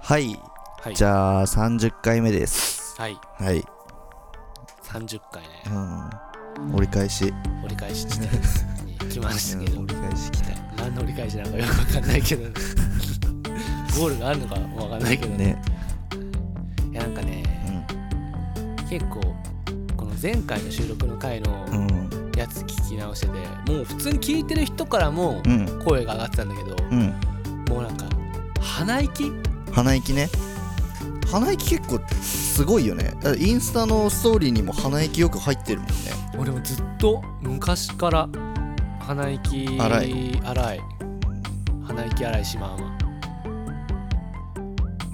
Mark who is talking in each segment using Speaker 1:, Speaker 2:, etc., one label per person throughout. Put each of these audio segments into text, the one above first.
Speaker 1: はい、
Speaker 2: はい
Speaker 1: じゃあ30回目です
Speaker 2: はい
Speaker 1: はい、
Speaker 2: 30回ね
Speaker 1: うん、折り返し
Speaker 2: 折り返し地点に来ましたけ
Speaker 1: う
Speaker 2: ど
Speaker 1: ん折り返し来
Speaker 2: 何の折り返しなのかよくわかんないけどゴールがあるのかわかんないけ
Speaker 1: た
Speaker 2: どね
Speaker 1: ね
Speaker 2: いやなんかね結構この前回の収録の回の
Speaker 1: うんうん
Speaker 2: やつ聞き直しててもう普通に聞いてる人からも
Speaker 1: うん
Speaker 2: 声が上がってたんだけど
Speaker 1: うん
Speaker 2: もうなんか鼻息
Speaker 1: 鼻息ね鼻息結構すごいよねだからインスタのストーリーにも鼻息よく入ってるもんね
Speaker 2: 俺もずっと昔から鼻息
Speaker 1: 荒
Speaker 2: 荒い鼻息荒いシマウマ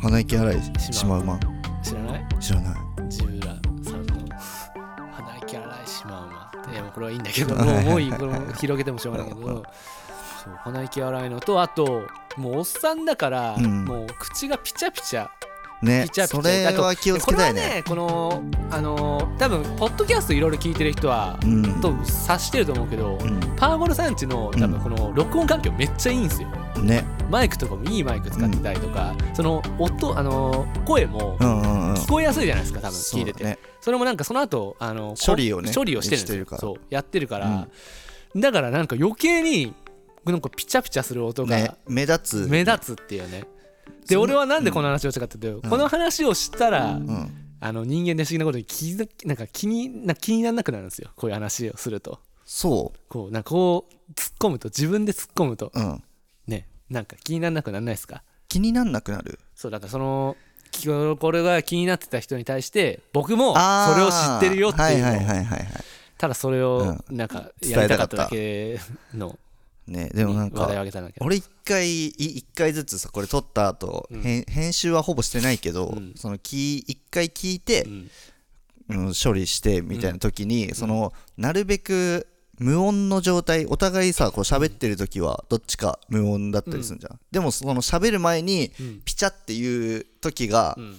Speaker 1: 鼻息洗いし
Speaker 2: シ
Speaker 1: し
Speaker 2: マ
Speaker 1: ま
Speaker 2: ウ
Speaker 1: うま
Speaker 2: 知らない
Speaker 1: 知らない
Speaker 2: ジブラさんの「鼻息荒いシマウマ」っていやもうこれはいいんだけど
Speaker 1: はい
Speaker 2: も
Speaker 1: は
Speaker 2: う
Speaker 1: い
Speaker 2: もういいこれも広げてもしょうがないけどそう鼻息荒いのとあともうおっさんだから、
Speaker 1: うん
Speaker 2: もう口がピチャピチャ
Speaker 1: ね
Speaker 2: ピチャピチャ
Speaker 1: それは気をつけたいね
Speaker 2: でこれはねこのあのー多分ポッドキャストいろいろ聞いてる人は、
Speaker 1: うん
Speaker 2: と察してると思うけど、
Speaker 1: う
Speaker 2: パーゴルさんちの多分この録音環境めっちゃいいんですよ
Speaker 1: んね
Speaker 2: マイクとかもいいマイク使ってたりとか、その音あのー声も
Speaker 1: うんうんうん
Speaker 2: 聞こえやすいじゃないですか多分聞いてて
Speaker 1: そうだね
Speaker 2: それもなんかその後あの
Speaker 1: 処理をね
Speaker 2: こ処理をしてるんです
Speaker 1: して
Speaker 2: よ
Speaker 1: るから
Speaker 2: そうやってるから、だからなんか余計になんかピチャピチャする音
Speaker 1: ね
Speaker 2: が
Speaker 1: 目立つ
Speaker 2: 目立つっていうね、で
Speaker 1: そん
Speaker 2: 俺はなんでこの話をしたかっていうと、この話をしたら、
Speaker 1: うん
Speaker 2: あの人間で不思議なことに気づなんか気になんか気にならなくなるんですよこういう話をすると
Speaker 1: そ
Speaker 2: こうなんかこう突っ込むと自分で突っ込むと
Speaker 1: ううん
Speaker 2: ねなんか気にならなくならないですか
Speaker 1: 気になんなくなる
Speaker 2: そうだからそのきこれが気になってた人に対して僕も
Speaker 1: あー
Speaker 2: それを知ってるよっていうのを、
Speaker 1: はいはいはいはいは
Speaker 2: ただそれをなんかやりたかっただけの
Speaker 1: いねでもなん
Speaker 2: 話題を
Speaker 1: か
Speaker 2: あげたんだけど
Speaker 1: 俺一回い一回ずつさこれ撮った後、編編集はほぼしてないけど、
Speaker 2: うん
Speaker 1: そのき一回聞いて
Speaker 2: う、ん
Speaker 1: うん、処理してみたいな時に、そのなるべく無音の状態お互いさこう喋ってる時はどっちか無音だったりするんじゃん、でもその喋る前に
Speaker 2: うん
Speaker 1: ピチャっていう時が
Speaker 2: うん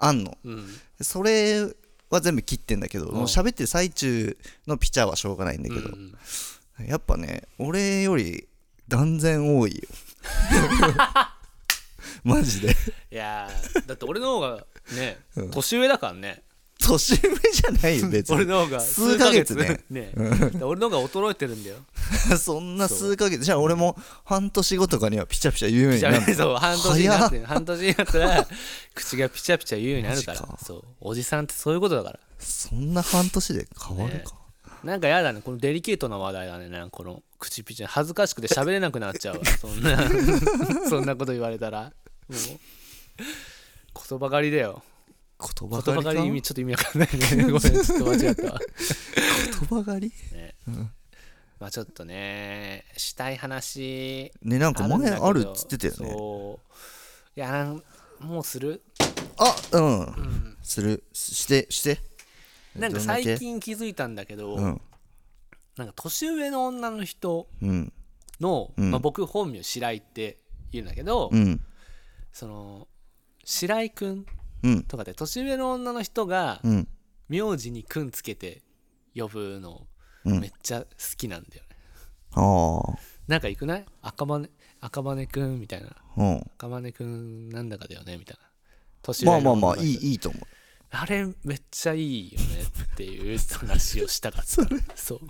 Speaker 1: あんの、
Speaker 2: うん
Speaker 1: それは全部切ってんだけど、
Speaker 2: ん
Speaker 1: もう喋ってる最中のピチャはしょうがないんだけ
Speaker 2: う
Speaker 1: ど、
Speaker 2: ん
Speaker 1: やっぱね俺より断然多 いよマジで
Speaker 2: いやーだって俺の方がね年上だからね
Speaker 1: 年上じゃないよ別
Speaker 2: 俺
Speaker 1: に
Speaker 2: の方が
Speaker 1: 数ヶ月ね
Speaker 2: ねだから俺の方が衰えてるんだよ
Speaker 1: そんな数ヶ月じゃあ俺も半年後とかにはピチャピチャ言うように
Speaker 2: じゃ
Speaker 1: なる
Speaker 2: あそう半年になって半年になったら口がピチャピチャ言うようになるから
Speaker 1: マジか
Speaker 2: そうおじさんってそういうことだから
Speaker 1: そんな半年で変わるか、
Speaker 2: なんかやだねこのデリケートな話題だねなんかこの口ピチャ恥ずかしくて喋れなくなっちゃ うわそんな そんなこと言われたらもう言葉狩りだよ
Speaker 1: 言
Speaker 2: 言
Speaker 1: 葉狩
Speaker 2: 葉
Speaker 1: りか
Speaker 2: 狩り意味ちょっと意味わかんないね ごめんちょっと間違ったわ
Speaker 1: 言葉狩り
Speaker 2: まあちょっとねしたい話
Speaker 1: ねなんか
Speaker 2: るんだ
Speaker 1: 前
Speaker 2: けど
Speaker 1: あるっつってたよね
Speaker 2: そういやなんもうする
Speaker 1: あうん、するししてして
Speaker 2: なんか
Speaker 1: どんだけ
Speaker 2: 最近気づいたんだけど、
Speaker 1: うん
Speaker 2: なんか年上の女の人
Speaker 1: うん
Speaker 2: の、
Speaker 1: ん
Speaker 2: まあ、僕本名白井って言うんだけど、
Speaker 1: うん
Speaker 2: その白井くん
Speaker 1: うん
Speaker 2: とかで年上の女の人が
Speaker 1: うん
Speaker 2: 名字に「くん」つけて呼ぶの
Speaker 1: うん
Speaker 2: めっちゃ好きなんだよね、
Speaker 1: ああ
Speaker 2: なんか行くない赤羽赤羽くんみたいな
Speaker 1: うん
Speaker 2: 赤羽くんなんだかだよねみたいな年
Speaker 1: まあ
Speaker 2: 上
Speaker 1: ま
Speaker 2: の
Speaker 1: あ
Speaker 2: 女の人
Speaker 1: まあいいいいと思う
Speaker 2: あれめっちゃいいよねっていう話 をしたかったそそう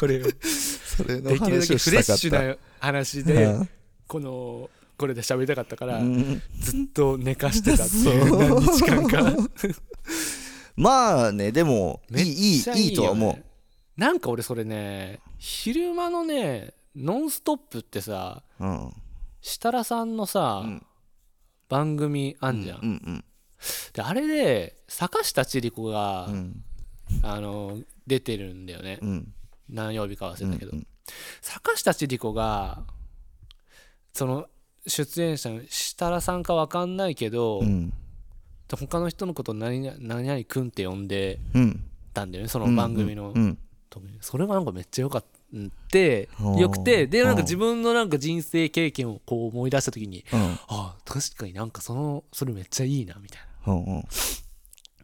Speaker 2: これを
Speaker 1: それ
Speaker 2: できるだけフレッシュな話で、
Speaker 1: うん
Speaker 2: このこれで喋りたかったから、
Speaker 1: うん
Speaker 2: ずっと寝かしてたっていう何日間か
Speaker 1: まあねでもいいいいいいとは思
Speaker 2: うなんか俺それね昼間のね「ノンストップ!」ってさ
Speaker 1: ううん
Speaker 2: 設楽さんのさ、
Speaker 1: うん
Speaker 2: 番組あんじゃん、
Speaker 1: うんうん
Speaker 2: であれで坂下千里子が、
Speaker 1: うん
Speaker 2: あの出てるんだよね、
Speaker 1: うん
Speaker 2: 何曜日か忘れたけど、
Speaker 1: うんうん
Speaker 2: 坂下千里子がその出演者の設楽さんか分かんないけど、
Speaker 1: うん
Speaker 2: 他の人のこと何々何々くんって呼んで
Speaker 1: うん
Speaker 2: たんだよねその番組の
Speaker 1: うん
Speaker 2: 特にそれがなんかめっちゃ良かって
Speaker 1: ほう
Speaker 2: 良くてでなん
Speaker 1: ほ
Speaker 2: か
Speaker 1: う
Speaker 2: 自分のなんか人生経験をこう思い出した時に
Speaker 1: うん
Speaker 2: ああ確かになんかそのそれめっちゃいいなみたいなっ
Speaker 1: うんうん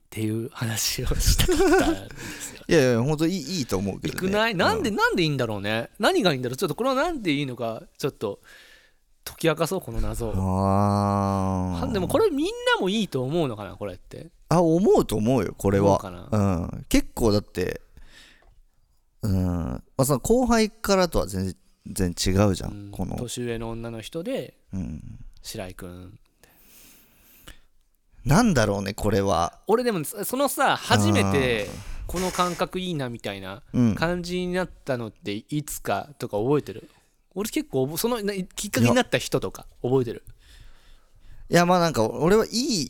Speaker 2: ていう話をしたかったんですよ
Speaker 1: いやいや本当いい いいと思うけ
Speaker 2: よ
Speaker 1: ど
Speaker 2: く
Speaker 1: ね
Speaker 2: ないなんで
Speaker 1: う
Speaker 2: なんでいいんだろうね何がいいんだろうちょっとこれはなんでいいのかちょっと解き明かそうこの謎を
Speaker 1: あ
Speaker 2: は
Speaker 1: ー
Speaker 2: でもこれみんなもいいと思うのかなこれって
Speaker 1: あ思うと思うよこれ
Speaker 2: 思う
Speaker 1: は
Speaker 2: かな
Speaker 1: うん、結構だって、うんまあ、その後輩からとは全然違うじゃん、
Speaker 2: うん
Speaker 1: この、
Speaker 2: 年上の女の人で
Speaker 1: うん、
Speaker 2: 白井君
Speaker 1: なんだろうねこれは、
Speaker 2: 俺でもそそのさ初めてこの感覚いいなみたいな
Speaker 1: うん、
Speaker 2: 感じになったのっていつかとか覚えてる俺結構覚そのなきっかけになった人とか覚えてる
Speaker 1: いやまあなんか俺はいい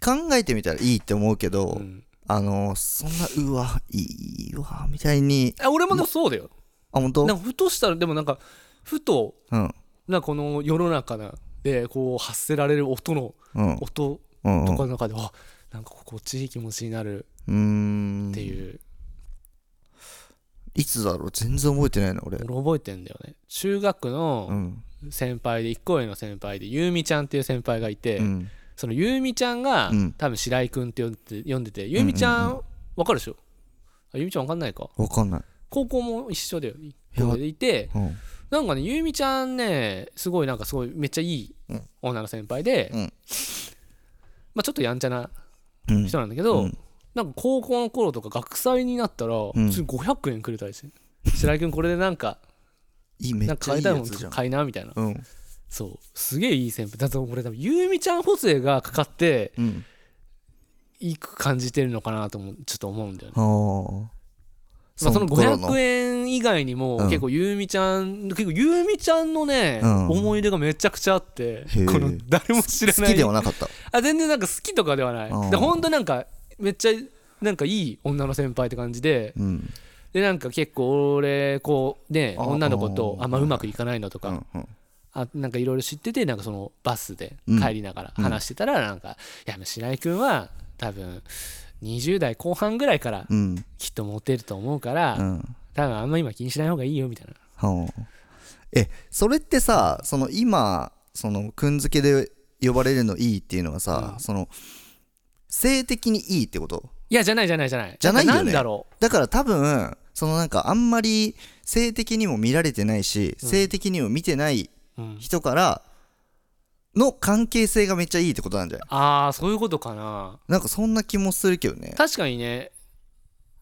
Speaker 1: 考えてみたらいいって思うけど、
Speaker 2: うん
Speaker 1: あのそんなうわいいわみたいに
Speaker 2: あ俺もでもそうだよ
Speaker 1: あ本当
Speaker 2: なんかふとしたらでもなんかふと
Speaker 1: うん
Speaker 2: なんかこの世の中でこう発せられる音の
Speaker 1: うん
Speaker 2: 音
Speaker 1: うんう
Speaker 2: と
Speaker 1: ん
Speaker 2: かの中で、あなんかこっちいい気持ちになる
Speaker 1: うーん
Speaker 2: っていう、
Speaker 1: いつだろう全然覚えてないな俺
Speaker 2: 俺覚えてんだよね中学
Speaker 1: う
Speaker 2: の
Speaker 1: ん
Speaker 2: 先輩で一個上の先輩でゆうみちゃんっていう先輩がいて、
Speaker 1: うん
Speaker 2: そのゆうみちゃんが、
Speaker 1: うん
Speaker 2: 多分白井君って呼んでて読んでてゆうみちゃん、わかるでしょあゆうみちゃんわかんないか
Speaker 1: わかんない
Speaker 2: 高校も一緒だよ一個上でいて
Speaker 1: うん
Speaker 2: なんかねゆうみちゃんねすごいなんかすごいめっちゃいい
Speaker 1: うん
Speaker 2: 女の先輩で、
Speaker 1: うん
Speaker 2: まあ、ちょっとやんちゃな
Speaker 1: うん
Speaker 2: 人なんだけど、
Speaker 1: うん
Speaker 2: なんか高校の頃とか学祭になったら
Speaker 1: ん
Speaker 2: 普通に500円くれたりして、白井君これでなんか
Speaker 1: いいめっ
Speaker 2: なん
Speaker 1: ちゃ
Speaker 2: か買
Speaker 1: い
Speaker 2: い
Speaker 1: い
Speaker 2: たい
Speaker 1: や
Speaker 2: も
Speaker 1: つじゃ
Speaker 2: ん
Speaker 1: ん
Speaker 2: 買いなみたいな
Speaker 1: うん
Speaker 2: そうすげえいい先輩だって俺多分ゆうみちゃん補正がかかって
Speaker 1: うん
Speaker 2: いく感じてるのかなともちょっと思うんだよね、
Speaker 1: あー
Speaker 2: まあ、その
Speaker 1: 頃
Speaker 2: 500円以外にも
Speaker 1: うん
Speaker 2: 結構ゆうみちゃん、結構ゆうみちゃんのね、
Speaker 1: うん
Speaker 2: 思い出がめちゃくちゃあって
Speaker 1: へえ
Speaker 2: この誰も知ら
Speaker 1: 好
Speaker 2: ない
Speaker 1: きではなかった
Speaker 2: あ全然なんか好きとかではない、
Speaker 1: うん
Speaker 2: でほんとなんかめっちゃなんかいい女の先輩って感じで、
Speaker 1: うん
Speaker 2: でなんか結構俺こうね
Speaker 1: あ
Speaker 2: 女の子と
Speaker 1: あ
Speaker 2: あんまうまくいかないのと
Speaker 1: う
Speaker 2: か、
Speaker 1: んうん
Speaker 2: あなんかいろいろ知っててなんかそのバスで
Speaker 1: うん
Speaker 2: 帰りながら話してたらなんか、いや白井君は多分20代後半ぐらいから
Speaker 1: うん
Speaker 2: きっとモテると思うから、
Speaker 1: うん
Speaker 2: 多分あんま今気にしない方がいいよみたいな
Speaker 1: はあえそれってさその今そのくんづけで呼ばれるのいいっていうのはさ、その性的にいいってこと
Speaker 2: いやじゃないじゃないじゃない
Speaker 1: じゃないよね
Speaker 2: んかんだろ、
Speaker 1: だから多分そのなんかあんまり性的にも見られてないし、性的にも見てないう
Speaker 2: うん
Speaker 1: 人からの関係性がめっちゃいいってことなんじゃない
Speaker 2: ああそういうことかな
Speaker 1: なんかそんな気もするけどね
Speaker 2: 確かにね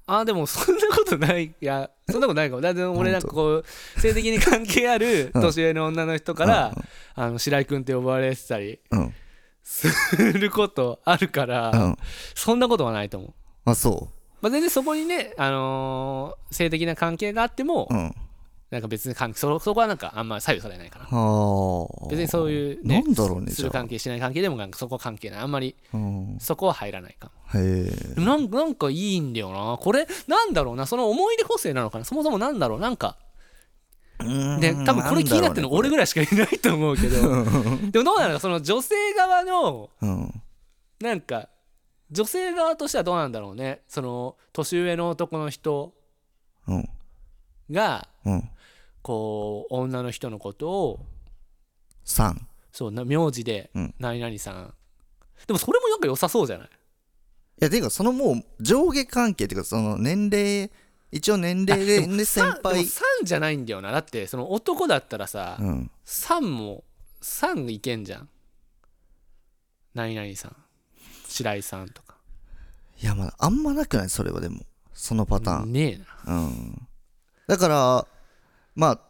Speaker 2: あーでもそんなことないいやそんなことないかもだって俺なんかこう性的に関係ある年上の女の人から、あの白井君って呼ばれてたり
Speaker 1: うんうん
Speaker 2: することあるから、そんなことはないと思う、
Speaker 1: あそ
Speaker 2: まあ、全然そこにね、あのー性的な関係があっても、
Speaker 1: ううん
Speaker 2: なんか別に関係そそこはなんかあんま左右されないかな
Speaker 1: はあ
Speaker 2: 別にそういう
Speaker 1: な
Speaker 2: ね
Speaker 1: んだろうね
Speaker 2: す
Speaker 1: じゃ
Speaker 2: る
Speaker 1: あ、
Speaker 2: 関係しない関係でもなんかそこは関係ないあんまり
Speaker 1: うん、へ
Speaker 2: そこは入らないかも
Speaker 1: え
Speaker 2: でもなんなんかいいんだよなこれなんだろうなその思い出補正なのかなそもそもなんだろうなんかで多分これ気になってるの俺ぐらいしかいないと思うけどでもどうなのかその女性側の
Speaker 1: うん
Speaker 2: なんか女性側としてはどうなんだろうねその年上の男の人
Speaker 1: うん
Speaker 2: が
Speaker 1: うん
Speaker 2: こう女の人のことを
Speaker 1: 3
Speaker 2: そうな名字で
Speaker 1: うん
Speaker 2: 何々さん、でもそれもなんか良さそうじゃない
Speaker 1: いやていうかそのもう上下関係っていうかその年齢一応年齢でで先
Speaker 2: でも
Speaker 1: 輩
Speaker 2: さんじゃないんだよなだってその男だったらさ、
Speaker 1: うん
Speaker 2: さんもさんいけんじゃん何々さん白井さんとか
Speaker 1: いやまだあんまなくないそれはでもそのパターン
Speaker 2: ねえな
Speaker 1: うんだからまあ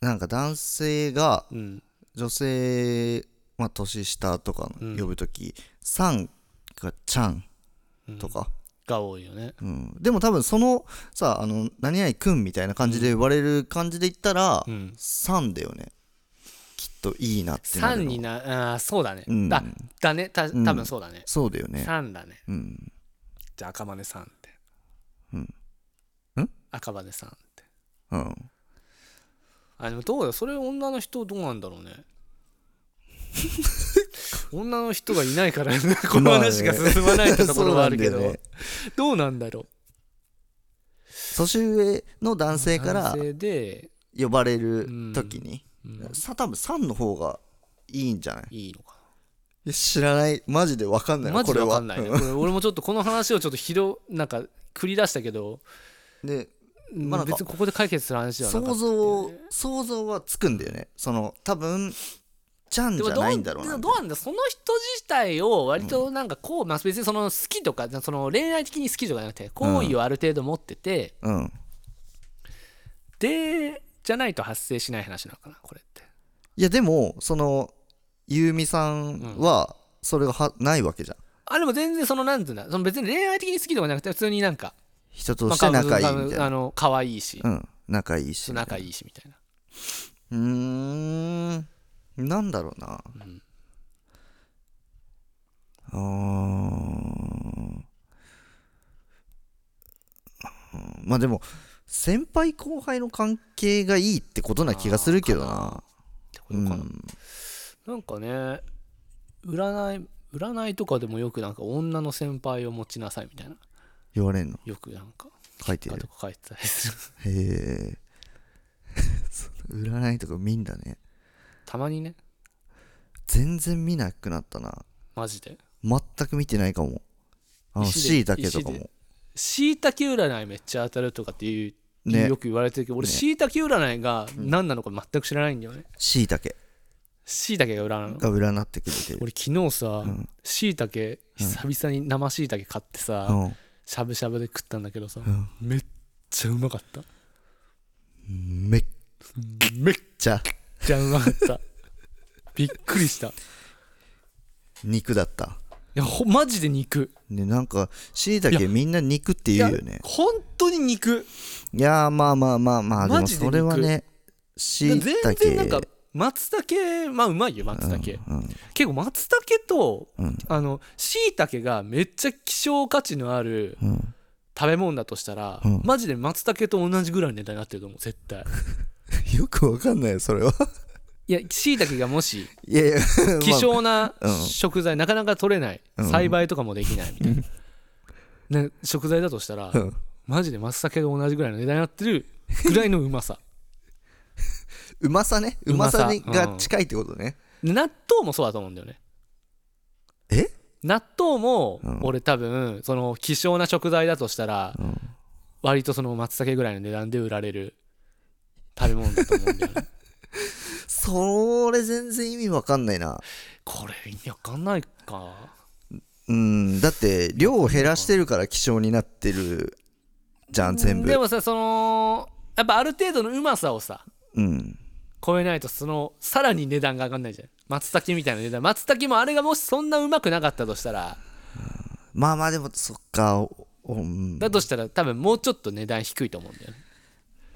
Speaker 1: なんか男性が
Speaker 2: うん
Speaker 1: 女性まあ年下とかの呼ぶとき「さん」が「ちゃん」とか
Speaker 2: が多いよね
Speaker 1: うんでも多分そのさあの何々くんみたいな感じで呼ばれる感じで言ったら
Speaker 2: うん
Speaker 1: さんだよねきっといいなってな
Speaker 2: さ
Speaker 1: る
Speaker 2: ん
Speaker 1: の
Speaker 2: になあーそうだね、
Speaker 1: うん
Speaker 2: だだねた
Speaker 1: うん
Speaker 2: 多分そうだね、
Speaker 1: そうだよね
Speaker 2: さんだね
Speaker 1: うん
Speaker 2: じゃあ赤羽さんって
Speaker 1: うんん
Speaker 2: 赤羽さんって
Speaker 1: うん
Speaker 2: あでもどうだそれ女の人どうなんだろうね 女の人がいないからこの話が進まないってところはあるけど、
Speaker 1: そうなんだよね
Speaker 2: どうなんだろう
Speaker 1: 年上の男性から
Speaker 2: 男性で、
Speaker 1: 呼ばれる時に
Speaker 2: うん
Speaker 1: さ多分さんの方がいいんじゃない
Speaker 2: いいのか
Speaker 1: いや知らないマジで分かんな
Speaker 2: ないマ
Speaker 1: わ
Speaker 2: ジ
Speaker 1: こ
Speaker 2: で
Speaker 1: れ
Speaker 2: わ
Speaker 1: は
Speaker 2: かんないねこれ俺もちょっとこの話をちょっとひどなんか繰り出したけど
Speaker 1: うんでまあなんか
Speaker 2: 別にここで解決する話ではな
Speaker 1: 想
Speaker 2: かったって
Speaker 1: 像
Speaker 2: いうね
Speaker 1: 想像はつくんだよねその多分ちゃんじ
Speaker 2: でも
Speaker 1: ゃ
Speaker 2: ど
Speaker 1: ないんだろう
Speaker 2: で
Speaker 1: な
Speaker 2: もどうなんだその人自体を割となんかこう、まあ別にその好きとかその恋愛的に好きとかじゃなくて好意をある程度持ってて、
Speaker 1: うん
Speaker 2: でじゃないと発生しない話なのかなこれって
Speaker 1: いやでもそのゆうみさんはそれがはないわけじゃん
Speaker 2: あでも全然そのなんていうんだその別に恋愛的に好きとかじゃなくて普通になんか
Speaker 1: 人として仲いいみたい
Speaker 2: あ
Speaker 1: な
Speaker 2: の可愛いし、
Speaker 1: うん仲いいし
Speaker 2: 仲いいしみたいな
Speaker 1: うーんなんだろうなうーんまあでも先輩後輩の関係がいいってことな気がするけどな
Speaker 2: ってこと
Speaker 1: う
Speaker 2: かな、
Speaker 1: ん
Speaker 2: なんかね占い占いとかでもよくなんか女の先輩を持ちなさいみたいな
Speaker 1: 言われんの
Speaker 2: よくなんか
Speaker 1: 書いて
Speaker 2: と
Speaker 1: る
Speaker 2: か書いてたりす る
Speaker 1: へえ占いとか見んだね
Speaker 2: たまにね
Speaker 1: 全然見なくなったな
Speaker 2: マジで
Speaker 1: 全く見てないかもあの
Speaker 2: 石で
Speaker 1: しいたけとか
Speaker 2: 石
Speaker 1: も
Speaker 2: しいたけ占いめっちゃ当たるとかっていう、
Speaker 1: ね
Speaker 2: よく言われてるけど俺
Speaker 1: ね
Speaker 2: しいたけ占いが何なのか全く知らないんだよね
Speaker 1: しいたけ
Speaker 2: しいたけが占いの
Speaker 1: が占ってくれてる
Speaker 2: 俺昨日さしいたけ久々に生しいたけ買ってさ、
Speaker 1: うん
Speaker 2: しゃぶしゃぶで食ったんだけどさ、
Speaker 1: ん
Speaker 2: めっちゃうまかった
Speaker 1: めっ
Speaker 2: めっ
Speaker 1: ちゃ
Speaker 2: ちゃうまかったびっくりしたい
Speaker 1: 肉だった
Speaker 2: やほマジで肉
Speaker 1: ねなんかしいたけみんな肉って
Speaker 2: い
Speaker 1: 言
Speaker 2: や
Speaker 1: うよね
Speaker 2: 本当に肉
Speaker 1: いやーまあまあまあまあで
Speaker 2: マ
Speaker 1: も
Speaker 2: ジで
Speaker 1: そ
Speaker 2: 肉
Speaker 1: れはねし
Speaker 2: 全
Speaker 1: いたけ
Speaker 2: 然なんか松茸まあうまいよ松茸、
Speaker 1: うん
Speaker 2: 結構松茸と
Speaker 1: うん
Speaker 2: あの椎茸がめっちゃ希少価値のある
Speaker 1: うん
Speaker 2: 食べ物だとしたら、
Speaker 1: うん
Speaker 2: マジで松茸と同じぐらいの値段になってると思う絶 対
Speaker 1: よくわかんないよそれはい
Speaker 2: や椎茸がもし
Speaker 1: いやいや
Speaker 2: 希少な
Speaker 1: うん
Speaker 2: 食材、なかなか取れない、
Speaker 1: うん
Speaker 2: 栽培とかもできないみたい な、ね、食材だとした
Speaker 1: ま
Speaker 2: ら、
Speaker 1: あうん
Speaker 2: マジで松茸が同じぐらいの値段になってるぐらいのうまさ
Speaker 1: うまさねうまさに
Speaker 2: うまさ
Speaker 1: が近いってことね
Speaker 2: で納豆もそうだと思うんだよね
Speaker 1: え
Speaker 2: 納豆も
Speaker 1: うん
Speaker 2: 俺多分その希少な食材だとしたら
Speaker 1: うん
Speaker 2: 割とその松茸ぐらいの値段で売られる食べ物だと思うんだよ ね
Speaker 1: それ全然意味わかんないな
Speaker 2: これ意味わかんないか
Speaker 1: うんだって量を減らしてるから希少になってるじゃん全
Speaker 2: で
Speaker 1: 部
Speaker 2: もさそのやっぱある程度のうまさをさ
Speaker 1: うん
Speaker 2: 超えないとそのさらに値段が上がんないじゃん松茸みたいな値段松茸もあれがもしそんなうまくなかったとしたら
Speaker 1: まあまあでもそっかおおうん
Speaker 2: だとしたら多分もうちょっと値段低いと思うんだよね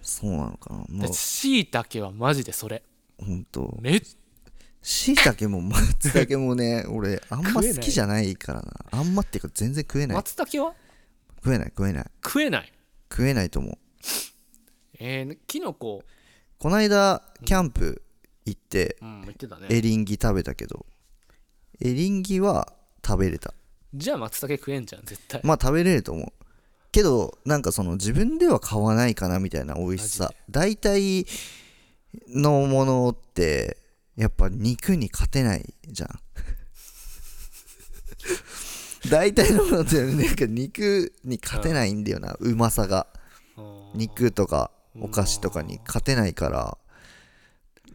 Speaker 1: そうなのかなもう
Speaker 2: で椎茸はマジでそれ
Speaker 1: ほんと
Speaker 2: めっ
Speaker 1: しいたけも松茸もね俺あんま好きじゃないからなあんまっていうか全然食えない
Speaker 2: 松茸は
Speaker 1: 食えない食えない
Speaker 2: 食えない
Speaker 1: 食えないと思う
Speaker 2: えー、キノコ
Speaker 1: こないだキャンプ行って
Speaker 2: うん言ってたね
Speaker 1: エリンギ食べたけどエリンギは食べれた
Speaker 2: じゃあ松茸食えんじゃん絶対
Speaker 1: まあ食べれると思うけどなんかその自分では買わないかなみたいな美味しさ大体のものってやっぱ肉に勝てないじゃん大体のものってなんか肉に勝てないんだよなうまさが
Speaker 2: うん
Speaker 1: 肉とかお菓子とかに勝てないから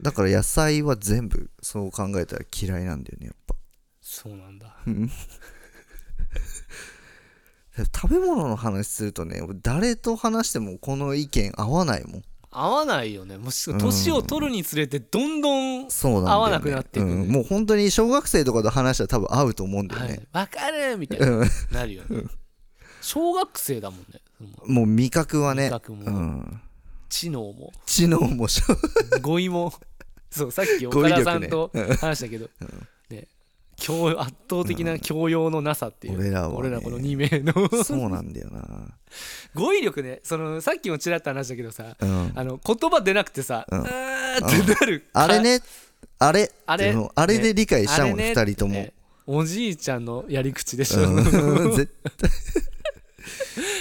Speaker 1: だから野菜は全部そう考えたら嫌いなんだよねやっぱ
Speaker 2: そうなんだ
Speaker 1: 食べ物の話するとね俺誰と話してもこの意見合わないもん
Speaker 2: 合わないよねもし年を取るにつれてどんどん、
Speaker 1: そうなんだよ、ね、
Speaker 2: 合わなくなっていく
Speaker 1: う
Speaker 2: ね
Speaker 1: んもう本当に小学生とかと話したら多分合うと思うんだよ
Speaker 2: は
Speaker 1: ね、
Speaker 2: い、わかるみたいな、なるよね小学生だもんねその
Speaker 1: もう味覚はね
Speaker 2: 味覚も
Speaker 1: うん、
Speaker 2: 知能も
Speaker 1: 知能もしょ
Speaker 2: 語 彙もそうさっき
Speaker 1: 語
Speaker 2: 岡
Speaker 1: 彙力
Speaker 2: 田
Speaker 1: ね
Speaker 2: さんと話したけど、ね教圧倒的な教養のなさっていう、
Speaker 1: 俺らはね
Speaker 2: 俺らこの2名の
Speaker 1: そうなんだよな、
Speaker 2: 語彙力ねそのさっきもちらっと話したけどさ、
Speaker 1: うん、
Speaker 2: あの言葉出なくてさ、う
Speaker 1: うん
Speaker 2: ーってなる、
Speaker 1: あれねあれ
Speaker 2: あれ
Speaker 1: っていうのあれで理解したもん、
Speaker 2: ね
Speaker 1: 二人とも、
Speaker 2: ねおじいちゃんのやり口でしょ、
Speaker 1: うん 絶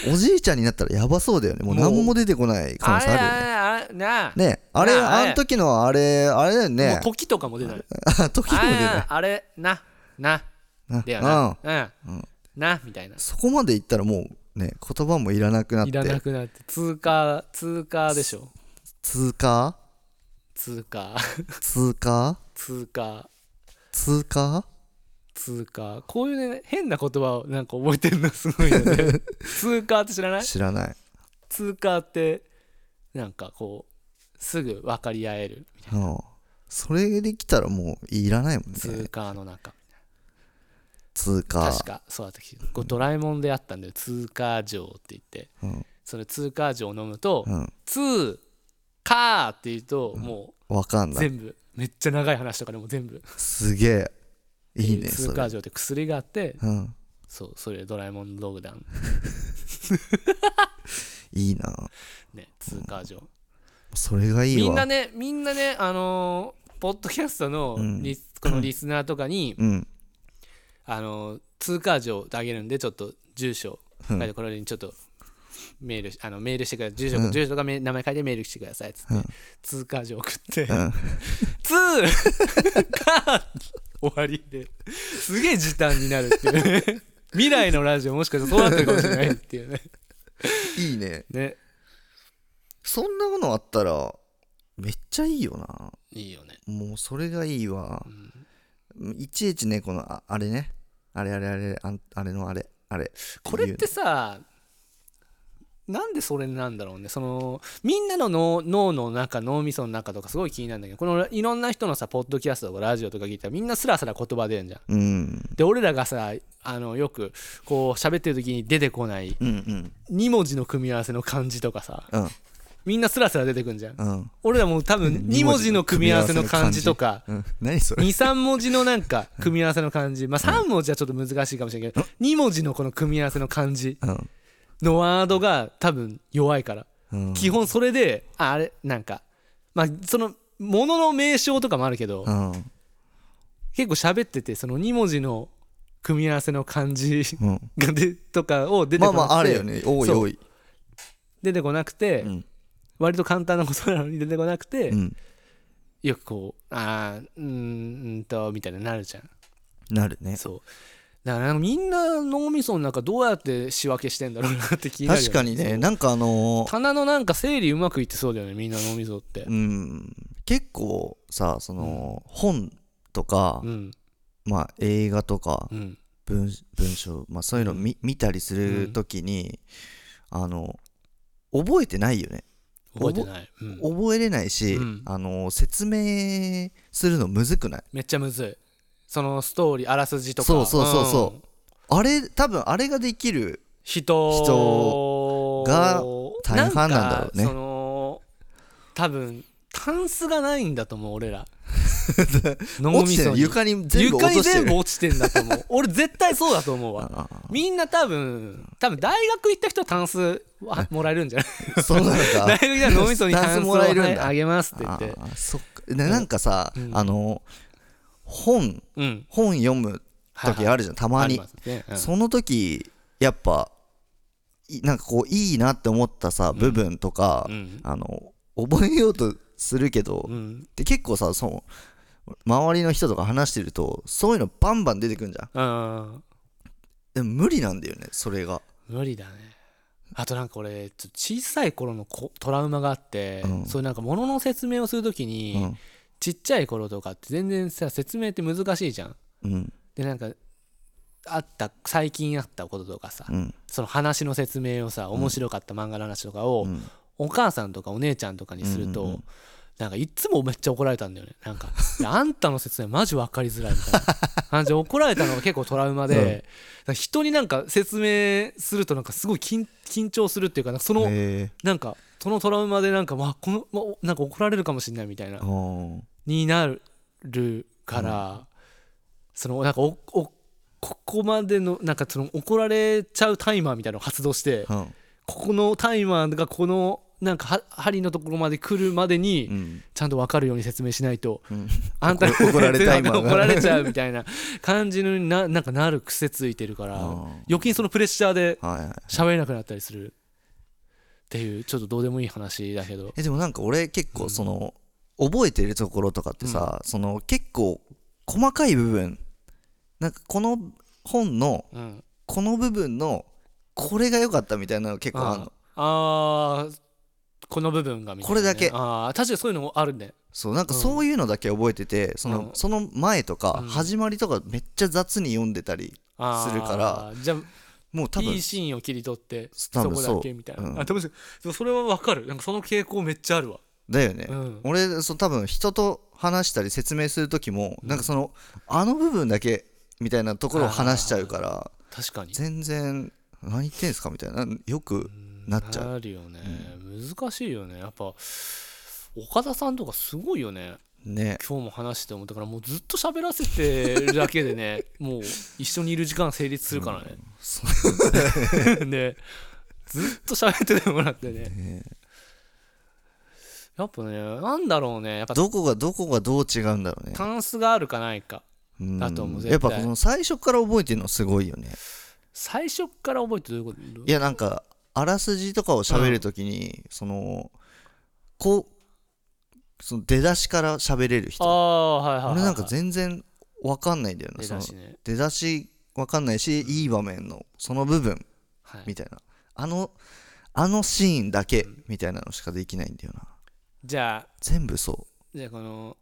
Speaker 1: 対おじいちゃんになったらやばそうだよねもう何も出てこない可
Speaker 2: あ
Speaker 1: 能
Speaker 2: れ
Speaker 1: 性あるよね
Speaker 2: あれあれなあ、
Speaker 1: ねあれ
Speaker 2: なあ
Speaker 1: あ
Speaker 2: れ
Speaker 1: の時のあれあれだよ
Speaker 2: も
Speaker 1: ね
Speaker 2: う時とかも出ない
Speaker 1: あ時も出
Speaker 2: ああれなな
Speaker 1: ない
Speaker 2: だよ
Speaker 1: な
Speaker 2: な、うん
Speaker 1: うん
Speaker 2: なみたいな
Speaker 1: そこまでいったらもうね言葉もいらなくなっ
Speaker 2: いらな
Speaker 1: て
Speaker 2: くなって通過通過でしょ
Speaker 1: 通過
Speaker 2: 通過
Speaker 1: 通過
Speaker 2: 通過
Speaker 1: 通過
Speaker 2: 通過こういうね変な言葉をなんか覚えてるのすごい よね通過って知らない
Speaker 1: 知らない、
Speaker 2: 通過ってなんかこうすぐ分かり合えるみたい
Speaker 1: うん、それできたらもういらないもん
Speaker 2: な
Speaker 1: ね
Speaker 2: 通過の中
Speaker 1: 通過
Speaker 2: 確かそうだった気がこうドラえもんであったんだよ通過錠って言って
Speaker 1: うん
Speaker 2: その通過錠を飲むと
Speaker 1: うん
Speaker 2: 「通過」って言うとも
Speaker 1: わかん
Speaker 2: う
Speaker 1: ない
Speaker 2: 全部めっちゃ長い話とかでも全部
Speaker 1: すげえいいね
Speaker 2: 通
Speaker 1: そ
Speaker 2: 過
Speaker 1: れ
Speaker 2: 錠って薬があって
Speaker 1: うん
Speaker 2: そうそれドラえもんログダウン
Speaker 1: いいな
Speaker 2: ね通過錠
Speaker 1: それがいいわ
Speaker 2: みんなねみんなねあのーポッドキャストの
Speaker 1: うん
Speaker 2: リス、このリスナーとかに、
Speaker 1: うん
Speaker 2: あのー通過状をあげるんでちょっと住所
Speaker 1: う
Speaker 2: 書い
Speaker 1: ん
Speaker 2: てこれにちょっとメールしあのメールしてください住所,、
Speaker 1: うん
Speaker 2: 住所とかめ名前書いてメールしてくださいっつって、
Speaker 1: うん
Speaker 2: 通過状送って
Speaker 1: うん
Speaker 2: 「通過」終わりですげえ時短になるっていうね未来のラジオもしかしたらそうなってるかもしれないっていうね
Speaker 1: いい ね
Speaker 2: ね
Speaker 1: そんなものあったらめっちゃいいよない
Speaker 2: いよね
Speaker 1: もうそれがいいわ、いちいちねこのああれねあれあれあれあんあれのあれあれ
Speaker 2: これってさなんでそれなんだろうねそのみんなの脳脳の中脳みその中とかすごい気になるんだけどこのいろんな人のさポッドキャストとかラジオとか聞いたらみんなスラスラ言葉出るんじゃん。
Speaker 1: うん
Speaker 2: で俺らがさあのよくこう喋ってる時に出てこない
Speaker 1: うんうん
Speaker 2: 2文字の組み合わせの漢字とかさ
Speaker 1: うん
Speaker 2: みんなスラスラ出てくんじゃん。
Speaker 1: うん
Speaker 2: 俺らもう多分
Speaker 1: うん
Speaker 2: 2文字の組み合わせの漢字とか
Speaker 1: うん何それ
Speaker 2: 23文字のなんか組み合わせの漢字まあ3文字はちょっと難しいかもしれないけど2文字のこの組み合わせの漢字
Speaker 1: うん
Speaker 2: のワードが多分弱いから、
Speaker 1: うん
Speaker 2: 基本それでああれなんかまあそのものの名称とかもあるけど、
Speaker 1: うん
Speaker 2: 結構喋っててその2文字の組み合わせの漢字
Speaker 1: うん
Speaker 2: がでとかを出て
Speaker 1: まあ
Speaker 2: こなくて、
Speaker 1: まああるよね多い
Speaker 2: そう
Speaker 1: 多い
Speaker 2: 出てこなくて、
Speaker 1: うん
Speaker 2: 割と簡単なことなのに出てこなくて、
Speaker 1: うん
Speaker 2: よくこうあーうーんうーんとみたいになるじゃん
Speaker 1: なるね
Speaker 2: そうだからなんかみんな脳みその中どうやって仕分けしてんだろうなって気になるよ
Speaker 1: 確かにねなんかあのー
Speaker 2: 棚のなんか整理うまくいってそうだよねみんな脳みそって
Speaker 1: うん結構さその本とか
Speaker 2: うん
Speaker 1: まあ映画とか
Speaker 2: うん
Speaker 1: 文文章、まあ、そういうのを見,、見たりするときに、あの覚えてないよね
Speaker 2: 覚えてない、うん
Speaker 1: 覚えれないし、
Speaker 2: うん
Speaker 1: あの説明するのむずくない
Speaker 2: めっちゃむずいそのストーリーあらすじとか
Speaker 1: そうそうそうそうんあれ多分あれができる
Speaker 2: 人
Speaker 1: が大半なんだろうね
Speaker 2: なんかその多分タンスがないんだと思う 俺ら脳
Speaker 1: 落ち
Speaker 2: み
Speaker 1: て
Speaker 2: そ
Speaker 1: る
Speaker 2: に
Speaker 1: 床に全部
Speaker 2: 床
Speaker 1: 落と
Speaker 2: に
Speaker 1: して
Speaker 2: 全部
Speaker 1: る
Speaker 2: 落ちてんだ と思う俺絶対そうだと思うわ
Speaker 1: あ
Speaker 2: みんな多分多分大学行った人はタンスはもらえるんじゃない
Speaker 1: あそうなの か
Speaker 2: 大学行ったら脳みそにタ
Speaker 1: タ
Speaker 2: ンスを
Speaker 1: ンスもらえるんだ
Speaker 2: はいあげますって言っ
Speaker 1: あ
Speaker 2: て
Speaker 1: あそっかななんかさ、
Speaker 2: うん
Speaker 1: あの本
Speaker 2: うん
Speaker 1: 本読む時あ
Speaker 2: る
Speaker 1: るじゃんたまに、
Speaker 2: ねうん
Speaker 1: その時やっぱいなんかこういいなって思ったさ部分とか、
Speaker 2: うん
Speaker 1: あの覚えようとするけど、
Speaker 2: うん
Speaker 1: で結構さその周りの人とか話してるとそういうのバンバン出てくるんじゃん
Speaker 2: うん
Speaker 1: でも無理なんだよねそれが
Speaker 2: 無理だねあとなんか俺ちょっと小さい頃のこトラウマがあって、
Speaker 1: うん
Speaker 2: そういうなんか物の説明をするときに、
Speaker 1: うん
Speaker 2: ちっちゃい頃とかって全然さ説明って難しいじゃん
Speaker 1: うん
Speaker 2: でなんかあった最近あったこととかさ、
Speaker 1: うん
Speaker 2: その話の説明をさ面白かった漫画の話とかを、
Speaker 1: うん
Speaker 2: お母さんとかお姉ちゃんとかにすると、
Speaker 1: うんうんうん
Speaker 2: なんかいつもめっちゃ怒られたんだよねなんか「いやあんたの説明マジ分かりづらい」みたいな感じで怒られたのが結構トラウマで、
Speaker 1: うん
Speaker 2: だから人になんか説明するとなんかすごい緊緊張するっていうかなんかその
Speaker 1: へえ
Speaker 2: なんかそのトラウマでなんか、まあ、この、まあお、なんか怒られるかもしれないみたいな
Speaker 1: うん
Speaker 2: になるから、そのなんかおおここまでのなんかその怒られちゃうタイマーみたいなのを発動して。
Speaker 1: うん
Speaker 2: ここのタイマーがこのなんかは針のところまで来るまで
Speaker 1: う
Speaker 2: に
Speaker 1: ん
Speaker 2: ちゃんと分かるように説明しないと、
Speaker 1: うん
Speaker 2: あんた
Speaker 1: 怒られ タイマーが
Speaker 2: 怒られちゃうみたいな感じにななんかなる癖ついてるか
Speaker 1: う
Speaker 2: ら
Speaker 1: ん
Speaker 2: 余計にそのプレッシャーで
Speaker 1: はいはい
Speaker 2: 喋れなくなったりするっていうちょっとどうでもいい話だけど
Speaker 1: えでもなんか俺結構その、覚えてるところとかってさ、その結構細かい部分なんかこの本の
Speaker 2: うん
Speaker 1: この部分のこれが良かったみたいなの結構あるの
Speaker 2: あーこの部分がみたいな、ね、
Speaker 1: これだけ
Speaker 2: あー確かにそういうのもあるね
Speaker 1: そうなんかそういうのだけ覚えててその
Speaker 2: うん
Speaker 1: その前とか
Speaker 2: うん
Speaker 1: 始まりとかめっちゃ雑に読んでたり
Speaker 2: あー
Speaker 1: するから
Speaker 2: じゃあ
Speaker 1: もう多
Speaker 2: い
Speaker 1: 分
Speaker 2: いシーンを切り取って
Speaker 1: 多
Speaker 2: そ
Speaker 1: 分
Speaker 2: こ
Speaker 1: そ
Speaker 2: だ
Speaker 1: う
Speaker 2: けみたいな、
Speaker 1: うん
Speaker 2: あでもでもそれはわかるなんかその傾向めっちゃあるわ、
Speaker 1: だよね
Speaker 2: うん、
Speaker 1: 俺そう多分人と話したり説明する時もなんかそのあの部分だけみたいなところを話しちゃうから
Speaker 2: 確かに
Speaker 1: 全然何言ってんすかみたいなよくなっちゃう
Speaker 2: なるよね、難しいよねやっぱ岡田さんとかすごいよね
Speaker 1: ね
Speaker 2: 今日も話して思ったからもうずっと喋らせてるだけ でねもう一緒にいる時間成立するからね、 でずっと喋っててもらってねやっぱねなんだろうねやっぱ
Speaker 1: どこがどこがどう違うんだろうね
Speaker 2: タンスがあるかないか
Speaker 1: うん
Speaker 2: だと思う絶対
Speaker 1: やっぱこの最初から覚えてるのすごいよね
Speaker 2: 最初っから覚えてどういうこと
Speaker 1: いやなんかあらすじとかを喋るときに、そのこうその出だしから喋れる
Speaker 2: あ
Speaker 1: 人
Speaker 2: あはいはいはい、はい、
Speaker 1: 俺なんか全然わかんないんだよな
Speaker 2: 出
Speaker 1: そ
Speaker 2: だ
Speaker 1: の
Speaker 2: しね
Speaker 1: 出だしわかんないしいい場面のその部分
Speaker 2: はい
Speaker 1: みたいなあのあのシーンだけみたいなのしかできないんだよな
Speaker 2: じゃあ
Speaker 1: 全部そう
Speaker 2: じゃあこの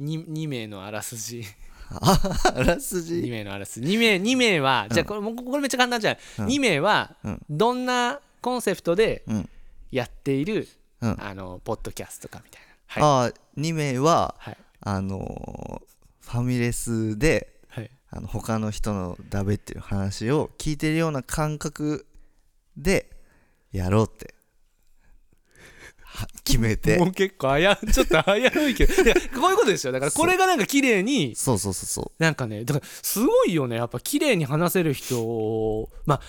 Speaker 2: 2, 2名のあらすじ
Speaker 1: あらす
Speaker 2: 2
Speaker 1: じ
Speaker 2: 名のあらす2名二名は、じゃあこれもうこれめっちゃ簡単じゃん、
Speaker 1: うん
Speaker 2: 2名は
Speaker 1: うん
Speaker 2: どんなコンセプトで
Speaker 1: うん
Speaker 2: やっている、
Speaker 1: うん
Speaker 2: あのポッドキャストかみたいなはい
Speaker 1: あ2名は
Speaker 2: はい
Speaker 1: あのーファミレスで
Speaker 2: はい
Speaker 1: あの他の人のだべってる話を聞いてるような感覚でやろうっては決めて
Speaker 2: もう結構危う ちょっと危う いけどいやこういうことですよだからこれがなんか綺麗に
Speaker 1: そうそうそうそ
Speaker 2: なんかねだからすごいよねやっぱ綺麗に話せる人をまあ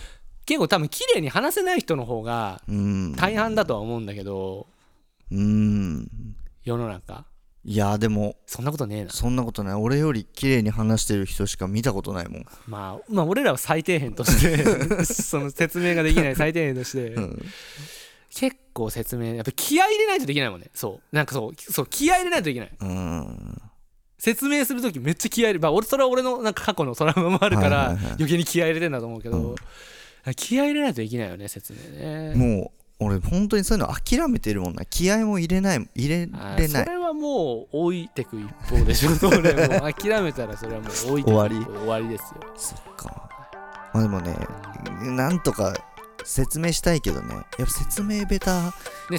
Speaker 2: 結構多分綺麗に話せない人の方が
Speaker 1: ううん
Speaker 2: 大半だとは思うんだけど
Speaker 1: うん
Speaker 2: 世の中
Speaker 1: いやでも
Speaker 2: そんなことねえな
Speaker 1: そんなことない俺より綺麗に話してる人しか見たことないもん
Speaker 2: まあ、まあ俺らは最底辺とし てその説明ができない最底辺として、
Speaker 1: ん
Speaker 2: 結構説明やっぱ気合い入れないとできないもんねそうなんかそうそう気合い入れないといけない
Speaker 1: うん
Speaker 2: 説明する時めっちゃ気合い入れまあ俺それは俺のなんか過去のトラウマもあるから、
Speaker 1: はいはいはい
Speaker 2: 余計に気合い入れてんだと思うけど、
Speaker 1: う
Speaker 2: 気合い入れないといけないよね説明ね
Speaker 1: もう俺本当にそういうの諦めてるもんな気合も入れない入れ
Speaker 2: あー
Speaker 1: れな
Speaker 2: そ
Speaker 1: い
Speaker 2: れはもう老いてく一方で しょそれもう諦めたらそれはもう老いてく
Speaker 1: 終
Speaker 2: 一方
Speaker 1: わり
Speaker 2: 終わりですよ
Speaker 1: そっかまあでもねなんとか説明したいけどねやっぱ説明ベタ
Speaker 2: ね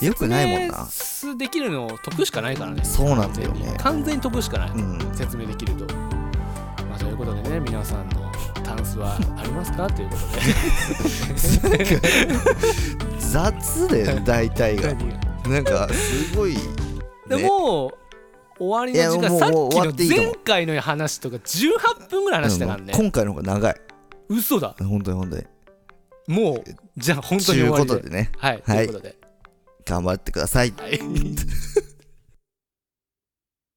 Speaker 1: よくないもんな
Speaker 2: 説明できるのを得しかないからね
Speaker 1: そうなんだよね
Speaker 2: 完全に得しかない、
Speaker 1: うん
Speaker 2: 説明できると、まあ、ということでね皆さんのタンスはありますかということで
Speaker 1: 雑だ よね大体が
Speaker 2: 何が
Speaker 1: なんかすごい、ね、
Speaker 2: でもう終わりの時
Speaker 1: い
Speaker 2: 間
Speaker 1: や
Speaker 2: さ
Speaker 1: もうもう終わ
Speaker 2: っ
Speaker 1: ってい
Speaker 2: き
Speaker 1: いと
Speaker 2: の
Speaker 1: 思う
Speaker 2: 前回の話とか18分ぐらい話したからね
Speaker 1: うん今回の方が長い
Speaker 2: 嘘だ
Speaker 1: 本当に本当に
Speaker 2: もうじゃあ本当
Speaker 1: と
Speaker 2: に
Speaker 1: い
Speaker 2: 終
Speaker 1: う
Speaker 2: わり
Speaker 1: こ
Speaker 2: で
Speaker 1: とでね
Speaker 2: はい、
Speaker 1: はい
Speaker 2: ということで
Speaker 1: 頑張ってください
Speaker 2: はい